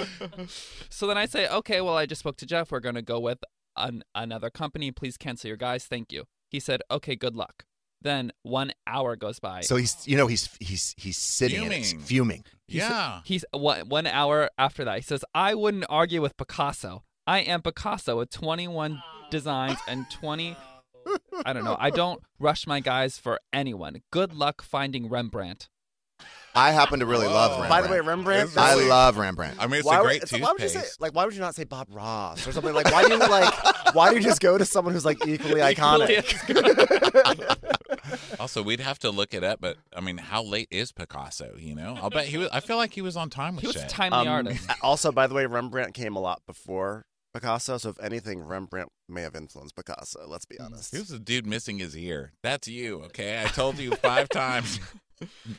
F: So then I say, okay, well, I just spoke to Jeff. We're going to go with an- another company. Please cancel your guys. Thank you. He said, okay, good luck. Then one hour goes by.
B: So he's you know he's he's he's sitting and it's
F: Fuming.
B: fuming.
F: He sa- he's one, one hour after that. He says, I wouldn't argue with Picasso. I am Picasso with 21 designs and 20. I don't know. I don't rush my guys for anyone. Good luck finding Rembrandt.
B: I happen to really love Rembrandt.
E: By the way, Rembrandt.
B: I love Rembrandt.
E: Why would- it's like, why would you say like why would you not say Bob Ross or something like why do you like why do you just go to someone who's like equally iconic?
D: also, we'd have to look it up, but I mean, how late is Picasso? You know, I'll bet he was. I feel like he was on time with shit.
E: Um, Also, by the way, Rembrandt came a lot before Picasso, so if anything, Rembrandt may have influenced Picasso. Let's be honest.
D: Here's the dude missing his ear. That's you, okay? I told you five times.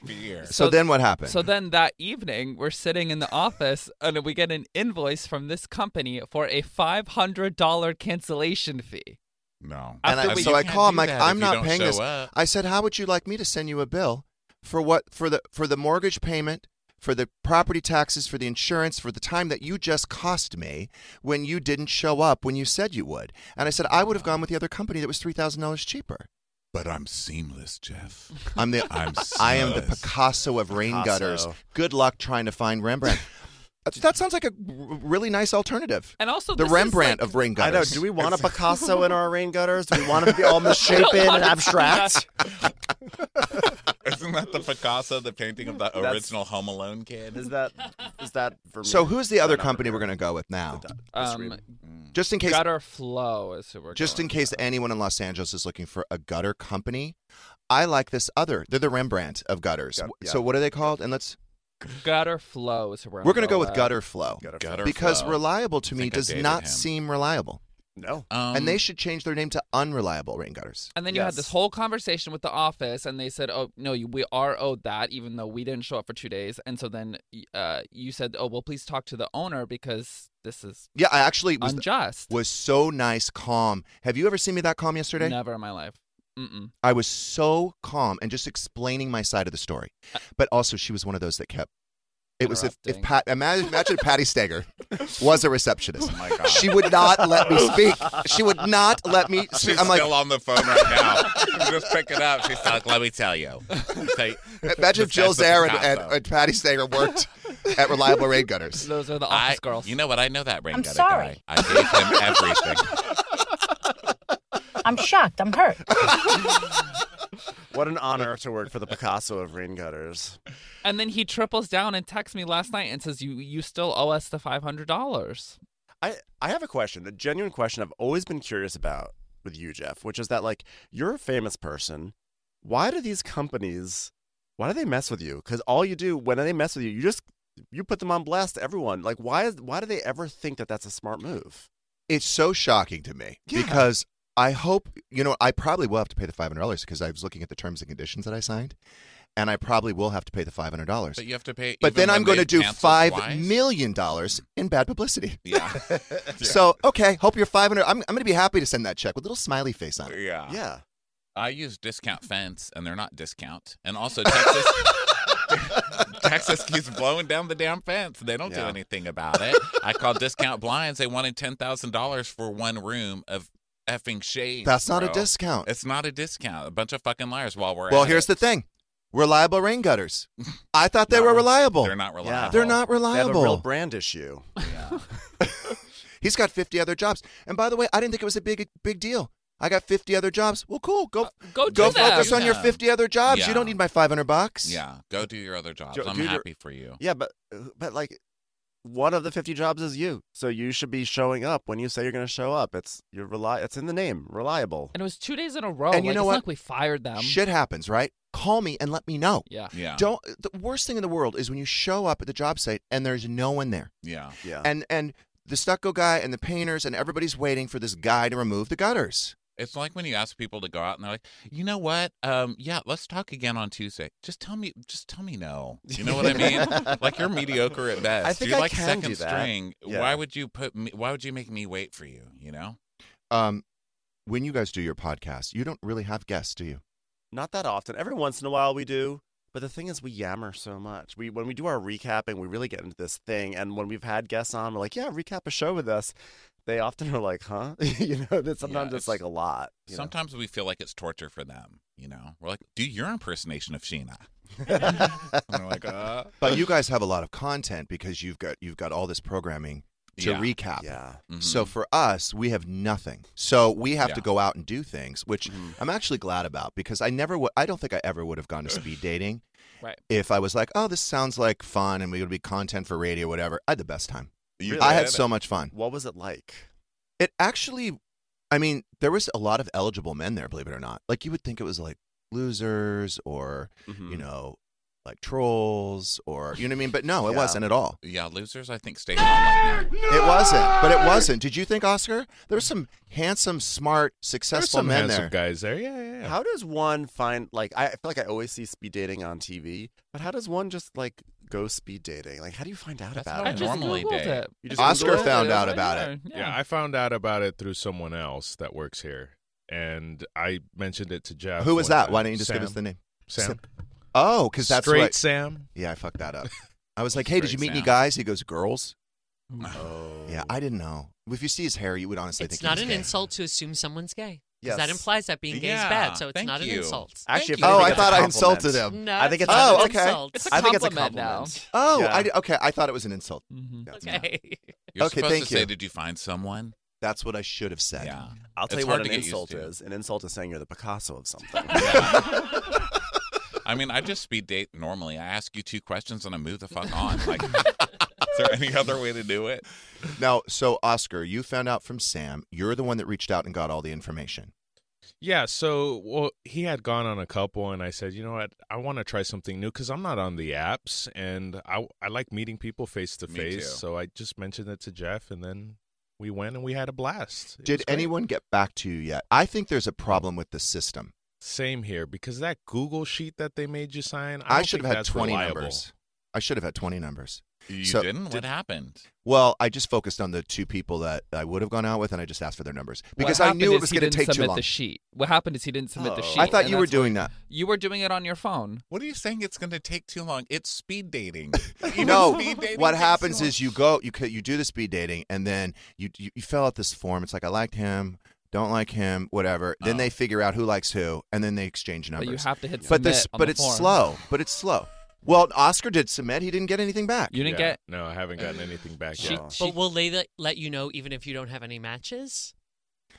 D: Beer.
F: So then that evening, we're sitting in the office and we get an invoice from this company for a $500 cancellation fee.
D: No.
B: And
F: After
B: I,
F: we-
B: so
F: You
B: I
F: can't
B: call him
F: do
B: like,
F: that
B: I'm
F: if you
B: not
F: don't
B: paying this.
F: show up.
B: I said, how would you like me to send you a bill for what for the for the mortgage payment, for the property taxes, for the insurance, for the time that you just cost me when you didn't show up when you said you would? And I said I would have gone with the other company that was three thousand dollars cheaper.
D: But I'm seamless, Jeff.
B: I'm the
D: I'm
B: I am the
D: seamless.
B: Picasso of rain
D: Picasso.
B: gutters. Good luck trying to find Rembrandt. That- that sounds like a r- really nice alternative.
F: And also
B: the
F: this is
B: Rembrandt
F: like-
B: of rain
E: I
B: gutters.
E: know. Do we want a Picasso in our rain gutters? Do we want him to be all misshapen and abstract?
D: Isn't that the Picasso, the painting of the
E: That's-
D: original Home Alone kid?
E: Is that is that for
B: So who's the other company we're going to go with now?
F: Um,
B: Just in case-
F: Gutter Flow is who we're
B: Just
F: going
B: in case anyone in Los Angeles is looking for a gutter company, I like this other. They're the Rembrandt of gutters.
F: Gut-
B: So
F: yeah.
B: what are they called? And let's
F: Gutter Flow is who we're
B: we're going to go
F: with.
B: with Gutter Flow
D: Gutter
B: because
D: Flow.
B: reliable to
D: I
B: me
D: think I
B: does
D: dated
B: not
D: him.
B: seem reliable.
E: No,
D: Um,
B: and they should change their name to Unreliable Rain Gutters.
F: And then you had this whole conversation with the office, and they said, "Oh no, you, we are owed that, even though we didn't show up for two days." And so then uh, you said, "Oh well, please talk to the owner because this is
B: Yeah, I actually was
F: unjust.
B: was so nice, calm. Have you ever seen me that calm yesterday?
F: never in my life." Mm-mm.
B: I was so calm and just explaining my side of the story.
D: Uh,
B: But also, she was one of those that kept. It was if, if
F: Interrupting.
B: Pat, imagine, imagine if Patty Stager was a receptionist.
D: Oh my God.
B: She would not let me speak. She would not let me speak.
D: She's
B: I'm like,
D: still on the phone right now. Just pick it up. She's like, let me tell you. Say-
B: imagine if
D: That's
B: Jill
D: the
B: Zare and,
D: Picasso.
B: and, and Patty Stager worked at Reliable Rain Gutters.
F: Those are the
D: I, girls. You know what? I know that rain
H: I'm
D: gutter guy.
H: sorry.
D: I gave him everything.
H: I'm shocked. I'm hurt.
E: What an honor to work for the Picasso of rain gutters.
F: And then he triples down and texts me last night and says, "You you still owe us the five hundred dollars."
E: I, I have a question, a genuine question I've always been curious about with you, Jeff, which is that like you're a famous person. Why do these companies why do they mess with you? Because all you do when they mess with you, you just you put them on blast to everyone. Like why is why do they ever think that that's a smart move?
B: It's so shocking to me because I hope you know I probably will have to pay the five hundred dollars because I was looking at the terms and conditions that I signed, and I probably will have to pay the five hundred dollars.
D: But you have to pay.
B: But then I'm
D: going to
B: do five million dollars in bad publicity.
D: Yeah.
B: So okay, hope you're five hundred. I'm I'm going to be happy to send that check with a little smiley face on it.
D: Yeah.
B: Yeah.
D: I use discount fence, and they're not discount. And also Texas, Texas keeps blowing down the damn fence. They don't do
E: Yeah.
D: anything about it. I called discount blinds. They wanted ten thousand dollars for one room of effing shade.
B: That's not a discount.
D: It's not a discount. A bunch of fucking liars. While we're
B: Well,
D: at
B: here's
D: it.
B: the thing. Reliable rain gutters. I thought they were reliable.
D: Um, they're not reliable.
B: They're not
E: They have a real
B: reliable.
E: brand issue.
B: He's got 50 other jobs. And by the way, I didn't think it was a big big deal. I got 50 other jobs. Well, cool. Go
F: go,
D: Uh, do
B: go
D: them.
B: focus on your
D: Yeah.
B: 50 other jobs.
D: Yeah.
B: You don't need my 500 bucks.
D: yeah, go do your other jobs.
E: Jo-
D: I'm
E: do your-
D: happy for you.
E: Yeah, but but like one of the 50 jobs is you. So you should be showing up when you say you're going to show up. It's you're reli- it's in the name, reliable.
F: And it was two days in a row.
B: And you
F: Like,
B: know
F: it's
B: what?
F: not Like we fired
D: Um,
F: them.
B: Shit happens, right? Call me and let me know.
F: Yeah.
D: Yeah.
B: Don't. The worst thing in the world is when you show up at the job site and there's no one there.
D: Yeah.
E: Yeah.
B: And and the stucco guy and the painters and everybody's waiting for this guy to remove the gutters.
D: It's like when you ask people to go out and they're like, you know what? Um, yeah, let's talk again on Tuesday. Just tell me, just tell me no. You know what I mean? like you're mediocre at best.
B: I think
D: you're
B: I
D: like
B: can
D: second
B: do that.
D: string.
B: Yeah.
D: Why would you put me? Why would you make me wait for you? You know?
B: Um, when you guys do your podcast, you don't really have guests, do you?
E: Not that often. Every once in a while we do. But the thing is, we yammer so much. We when we do our recapping, we really get into this thing. And when we've had guests on, we're like, "Yeah, recap a show with us." They often are like, "Huh?" you know, that sometimes it's, like a lot. you know?
D: Sometimes we feel like it's torture for them. You know? We're like, do your impersonation of Sheena. And they're like, uh.
B: But you guys have a lot of content because you've got you've got all this programming to
D: Yeah.
B: recap.
E: Yeah.
B: So for us, we have nothing. So we have to
D: Yeah.
B: go out and do things, which I'm actually glad about because I never would. I don't think I ever would have gone to speed dating
F: Right.
B: if I was like, oh, this sounds like fun and we would be content for radio, whatever. I had the best time.
E: You
B: I had
E: did?
B: so much fun.
E: What was it like?
B: It actually, I mean, there was a lot of eligible men there, believe it or not. Like you would think it was like losers or
E: Mm-hmm.
B: you know, like trolls or you know what I mean. But no, it
D: Yeah.
B: wasn't at all.
D: Yeah, losers. I think stay. on like that.
B: It wasn't, but it wasn't. Did you think Oscar? There were some handsome, smart, successful
E: some
B: men there.
E: handsome guys
D: there. Yeah, yeah.
E: How does one find like I I feel like I always see speed dating on TV, but how does one just like go speed dating? Like how do you find out about
F: how I
E: it?
F: just normally Googled date. it.
E: You
B: Oscar
E: Google it?
B: found out about it.
H: Yeah. I found out about it through someone else that works here, and I mentioned it to Jeff.
B: Who was
H: one
B: that?
H: time.
B: Why didn't you just give
H: Sam.
B: us the name?
H: Sam.
B: Oh, because that's
H: Straight
B: what-
H: Sam.
B: Yeah, I fucked that up. I was like, "Hey, did
H: Straight
B: you meet any
H: Sam.
B: guys?" He goes, "Girls."
E: Oh.
B: Yeah, I didn't know. If you see his hair, you would honestly
G: It's
B: think
G: not
B: he
G: an
B: was gay.
G: insult to assume someone's gay.
B: Yes.
G: Because that implies that being gay is
D: Yeah,
G: bad, so it's
D: thank
G: not an
D: you.
G: insult.
E: Actually,
B: Oh,
E: think
B: I
E: it's a
B: thought I
E: compliment.
B: insulted him.
G: No,
E: I think it's,
B: oh,
E: an
B: okay.
E: insult.
G: It's a
E: I think it's a
G: compliment now.
E: compliment.
B: Oh,
E: Yeah.
B: I, okay. I thought it was an insult.
F: Mm-hmm.
G: Okay.
D: You're
B: okay,
D: supposed
B: thank
D: to
B: you.
D: say, did you find someone?
B: That's what I should have said.
D: Yeah.
E: I'll tell
D: It's
E: you what
D: hard
E: an
D: to get used
E: insult
D: to.
E: is. An insult is saying you're the Picasso of something.
D: I mean, I just speed date normally. I ask you two questions and I move the fuck on. Like, is there any other way to do it?
B: Now, so Oscar, you found out from Sam. You're the one that reached out and got all the information.
H: Yeah, so well, he had gone on a couple, and I said, you know what, I want to try something new because I'm not on the apps, and I I like meeting people face to
D: Me
H: face.
D: too.
H: So I just mentioned it to Jeff, and then we went and we had a blast. It
B: Did
H: was great.
B: anyone get back to you yet? I think there's a problem with the system.
H: Same here because that Google sheet that they made you sign, I,
B: I,
H: don't
B: should
H: think
B: have had
H: that's
B: 20
H: reliable.
B: numbers. I should have had 20 numbers.
D: You
B: So-
D: didn't?
B: Did-
D: what happened?
B: Well, I just focused on the two people that I would have gone out with, and I just asked for their numbers
F: What
B: because I
F: happened
B: knew it
F: is
B: was
F: he
B: going to
F: didn't
B: take too
F: submit
B: long.
F: The sheet. What happened is he didn't submit the
B: Oh.
F: sheet.
B: I thought
F: and
B: you were
F: that's what-
B: doing that.
F: You were doing it on your phone.
D: What are you saying? It's going to take too long. It's speed dating.
B: no,
D: speed dating
B: what
D: takes
B: happens
D: so
B: is you go, you ca- you do the speed dating, and then you, you you fill out this form. It's like I liked him, don't like him, whatever. Then they figure out who likes who, and then they exchange
F: Oh. But
B: numbers.
F: you have to hit
B: But
F: submit on
B: but
F: the
B: it's
F: form.
B: slow. But it's slow. Well, Oscar did submit. He didn't get anything back.
F: You didn't
H: Yeah,
F: get.
H: No, I haven't gotten anything back
B: She-
H: yet.
G: But will they let- let you know even if you don't have any matches?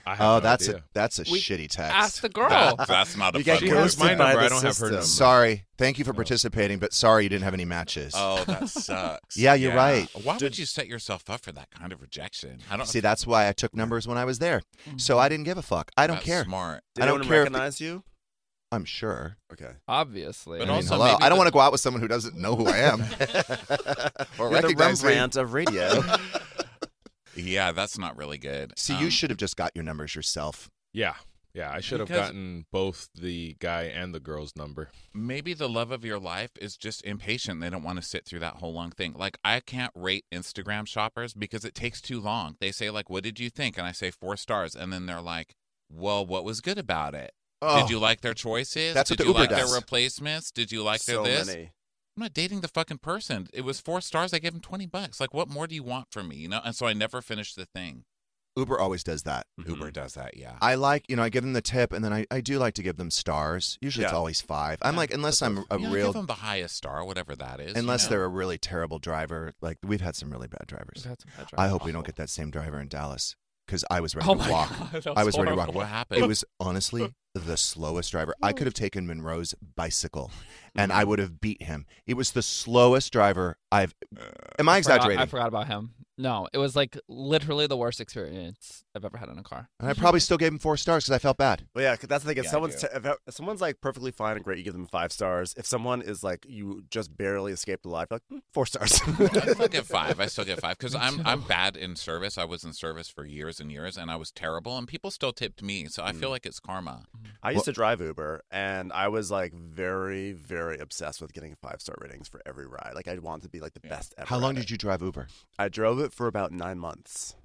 H: I have
B: Oh,
H: no
B: that's
H: idea.
B: a that's a
G: We
B: shitty text.
G: asked the girl.
D: That- that's not a
B: You
D: fun
B: got
H: She
D: one.
H: has my
B: ghosted
H: number.
B: by
H: I
B: the
H: don't have her
B: system.
H: number.
B: Sorry. Thank you for participating, but sorry you didn't have any matches.
D: Oh, that sucks.
B: Yeah, you're right.
D: Why would you set yourself up for that kind of rejection? I don't
B: See, that's why I took numbers when I was there.
F: Mm-hmm.
B: So I didn't give a fuck. I don't
D: That's
B: care.
D: smart.
B: I
E: Did
B: don't
E: anyone
B: care. If
E: recognize you?
B: I'm sure.
E: Okay.
F: Obviously.
B: I
D: But
B: mean,
D: also
B: hello.
D: maybe
B: I don't
D: the-
B: want to go out with someone who doesn't know who I am or
E: You're the
B: recognize me.
E: Rembrandt of radio.
D: Yeah, that's not really good.
B: See, you
D: Um,
B: should have just got your numbers yourself.
H: Yeah, yeah. I should have
D: Because-
H: gotten both the guy and the girl's number.
D: maybe the love of your life is just impatient. They don't want to sit through that whole long thing. Like I can't rate Instagram shoppers because it takes too long. They say like, "What did you think?" and I say four stars, and then they're like, "Well, what was good about it?
B: Oh.
D: Did you like their choices?
B: That's what
D: did
B: the
D: you
B: Uber
D: like
B: does.
D: their replacements? Did you like
E: so
D: their this?"
E: many.
D: I'm not dating the fucking person. It was four stars. I gave him twenty bucks. Like, what more do you want from me? You know? And so I never finished the thing.
B: Uber always does that.
D: Uber does that, yeah.
B: Mm-hmm. I like, you know, I give them the tip and then I, I do like to give them stars. Usually it's
E: Yeah.
B: always five. I'm
D: Yeah,
B: like, unless I'm a
D: You know,
B: real
D: give them the highest star, whatever that is. you
B: Unless
D: know?
B: they're a really terrible driver, like we've had some really bad drivers.
F: We've had some bad
B: I
F: drivers.
B: hope we don't get that same driver in Dallas because I was ready
F: Oh
B: to
F: my
B: walk.
F: God, that
B: I was
F: was
B: ready to walk.
F: horrible. What happened?
B: It was honestly the slowest driver. I could have taken Monroe's bicycle, and
F: Mm-hmm.
B: I would have beat him. It was the slowest driver I've. Am I
F: forgot-
B: exaggerating?
F: Uh, I forgot about him. No, it was like literally the worst experience I've ever had in a car.
B: and I probably still gave him four stars because I felt bad.
E: Well, yeah, 'cause that's the thing. If
F: Yeah, I
E: someone's
F: do.
E: te- if, uh, if someone's like perfectly fine and great, you give them five stars. If someone is like you just barely escaped alive, you're like "Hmm, four stars.
D: I still get five. I still get five because I'm I'm bad in service. I was in service for years and years, and I was terrible. And people still tipped me, so I feel like it's karma.
E: I used to drive Uber, and I was like very, very obsessed with getting five star ratings for every ride. Like I wanted to be like the best ever.
B: How long
E: at
B: did you drive Uber?
E: it. I drove it for about nine months.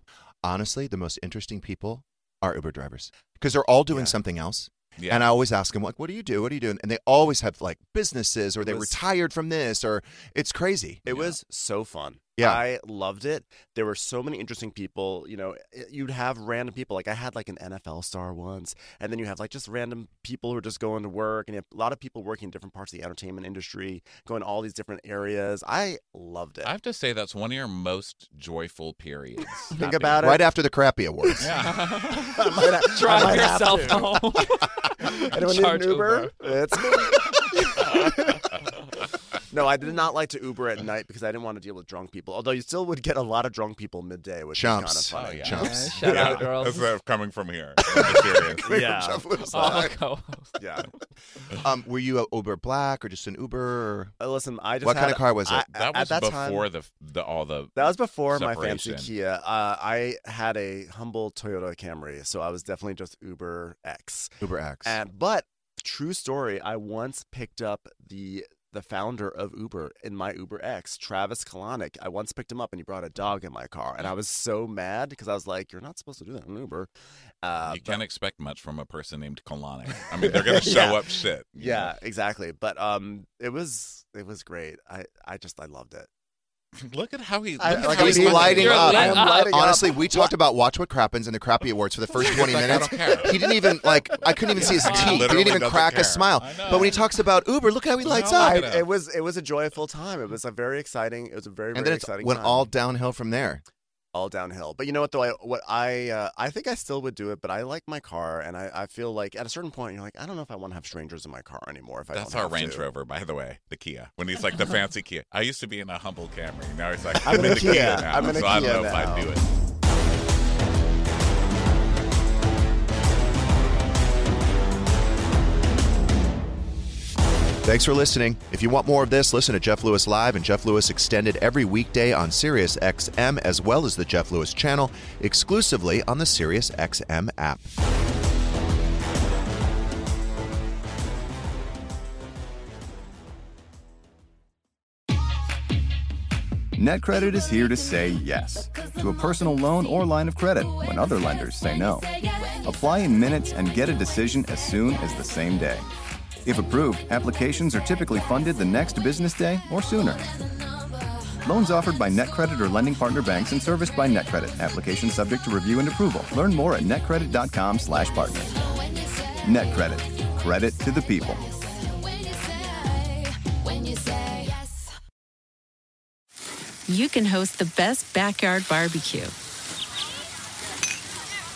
B: Honestly, the most interesting people are Uber drivers because they're all doing something else. And I always ask them, like, what do you do? What do you do? And they always have like businesses or they
E: It was-
B: retired from this or it's crazy.
E: It was so fun.
B: Yeah.
E: I loved it. There were so many interesting people. You know, it- you'd have random people. Like I had like an NFL star once, and then you have like just random people who are just going to work, and you have a lot of people working in different parts of the entertainment industry, going to all these different areas. I loved it.
D: I have to say that's one of your most joyful periods.
B: Think about it. Right after the crappy awards.
D: I
E: might ha- I
D: Drive
E: might have
D: yourself
E: to.
D: home.
E: Anyone need an
F: Charge
E: Uber? It's me. no, I did not like to Uber at night because I didn't want to deal with drunk people. Although you still would get a lot of drunk people midday, which is
B: Chumps.
E: kind of funny.
B: Oh, yeah. Chumps.
F: Shout out, girls.
D: That's, uh, coming from here. Experience.
B: Great
E: Yeah.
B: job, Louis.
F: All my co-hosts.
E: Yeah.
B: um, were you a Uber Black or just an Uber? Or...
E: Uh, listen, I just
B: what kind
E: had-
B: of car was it?
E: I-
D: That
E: At
D: was
E: that time-
D: before the the all the
E: That was before my fancy
D: separation.
E: Kia. Uh, I had a humble Toyota Camry, so I was definitely just Uber X.
B: Uber X.
E: And, but true story, I once picked up the the founder of Uber in my Uber X, Travis Kalanick. I once picked him up, and he brought a dog in my car, and I was so mad because I was like, "You're not supposed to do that in Uber." Uh,
D: you
E: but-
D: can't expect much from a person named Kalani. I mean, they're gonna show
E: Yeah.
D: up shit. you
E: Yeah, exactly. But um, it was it was great. I I just I loved it.
D: know? Look at how he. Look
E: I-
D: at
E: like,
D: how
E: I'm
D: he's
E: lighting
B: Lighting
E: You're
B: up.
E: lit
D: uh,
E: I am up. lighting up.
B: Honestly, we talked about Watch What Crappens and the Crappy Awards for the first 20
D: Like, I
B: minutes.
D: don't care.
B: He didn't even, like, I couldn't even see his
D: He
B: teeth. He
D: literally
B: didn't even
D: doesn't
B: crack
D: care.
B: a smile.
D: I
B: But when he talks about Uber, look how he lights
E: I-
B: up.
E: it was it was a joyful time. It was a very exciting. It was a very
B: And
E: very
B: then it
E: exciting.
B: went
E: time.
B: all downhill from there.
E: all downhill. But you know what though? I what I uh, I think I still would do it, but I like my car, and I, I feel like at a certain point you're like I don't know if I want to have strangers in my car anymore. If I
D: That's
E: don't
D: our
E: have
D: Range
E: to.
D: Rover, by the way, the Kia. When he's like the fancy Kia. I used to be in a humble Camry. Now he's like,
E: I'm
D: I'm,
E: in
D: in
E: a
D: the
E: Kia.
D: Kia, now.
E: I'm in a
D: so I don't
E: Kia
D: know if
E: now.
D: I'd do it.
B: Thanks for listening. If you want more of this, listen to Jeff Lewis Live and Jeff Lewis Extended every weekday on Sirius XM as well as the Jeff Lewis channel exclusively on the Sirius XM app.
I: NetCredit is here to say yes to a personal loan or line of credit when other lenders say no. Apply in minutes and get a decision as soon as the same day. If approved, applications are typically funded the next business day or sooner. Loans offered by NetCredit or lending partner banks and serviced by NetCredit. Application subject to review and approval. Learn more at netcredit.com/partner. slash partner. NetCredit. Credit to the people.
J: you can host the best backyard barbecue.